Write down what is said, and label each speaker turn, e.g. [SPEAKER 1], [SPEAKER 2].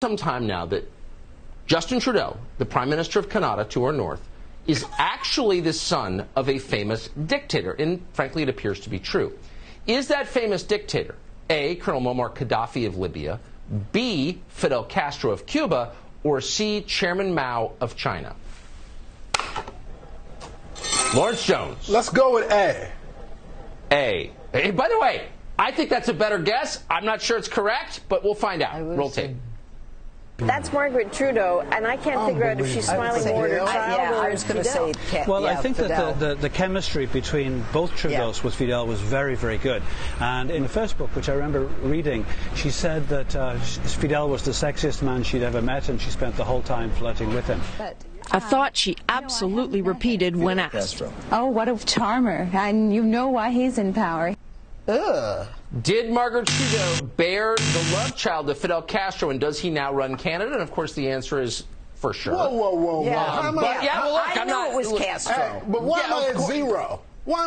[SPEAKER 1] some time now that Justin Trudeau, the Prime Minister of Canada to our north, is actually the son of a famous dictator. And frankly, it appears to be true. Is that famous dictator A, Colonel Muammar Gaddafi of Libya, B, Fidel Castro of Cuba, or C, Chairman Mao of China? Lawrence Jones.
[SPEAKER 2] Let's go with A.
[SPEAKER 1] A. Hey, by the way, I think that's a better guess. I'm not sure it's correct, but we'll find out. Roll tape.
[SPEAKER 3] That's Margaret Trudeau, and I can't figure out if she's smiling more at her child
[SPEAKER 4] yeah,
[SPEAKER 3] or
[SPEAKER 4] I was
[SPEAKER 3] Fidel.
[SPEAKER 4] going to say. Ca-
[SPEAKER 5] Well,
[SPEAKER 4] yeah,
[SPEAKER 5] I think
[SPEAKER 4] Fidel.
[SPEAKER 5] that the, the, the chemistry between both Trudeaus with Fidel was very, very good. And in the first book, which I remember reading, she said that uh, sh- Fidel was the sexiest man she'd ever met, and she spent the whole time flirting with him.
[SPEAKER 6] A thought she absolutely repeated when asked.
[SPEAKER 7] Oh, what a charmer. And you know why he's in power.
[SPEAKER 1] Did Margaret Trudeau bear the love child of Fidel Castro, and does he now run Canada? And of course, the answer is for sure.
[SPEAKER 2] Whoa, whoa, whoa, whoa.
[SPEAKER 4] Yeah.
[SPEAKER 2] How am I-
[SPEAKER 1] But yeah, well, look,
[SPEAKER 4] I
[SPEAKER 1] am
[SPEAKER 4] knew
[SPEAKER 1] not.
[SPEAKER 4] it was
[SPEAKER 1] look,
[SPEAKER 4] Castro.
[SPEAKER 2] Hey, but why
[SPEAKER 1] Yeah,
[SPEAKER 2] am I
[SPEAKER 1] of
[SPEAKER 2] at
[SPEAKER 1] course.
[SPEAKER 2] zero? Why am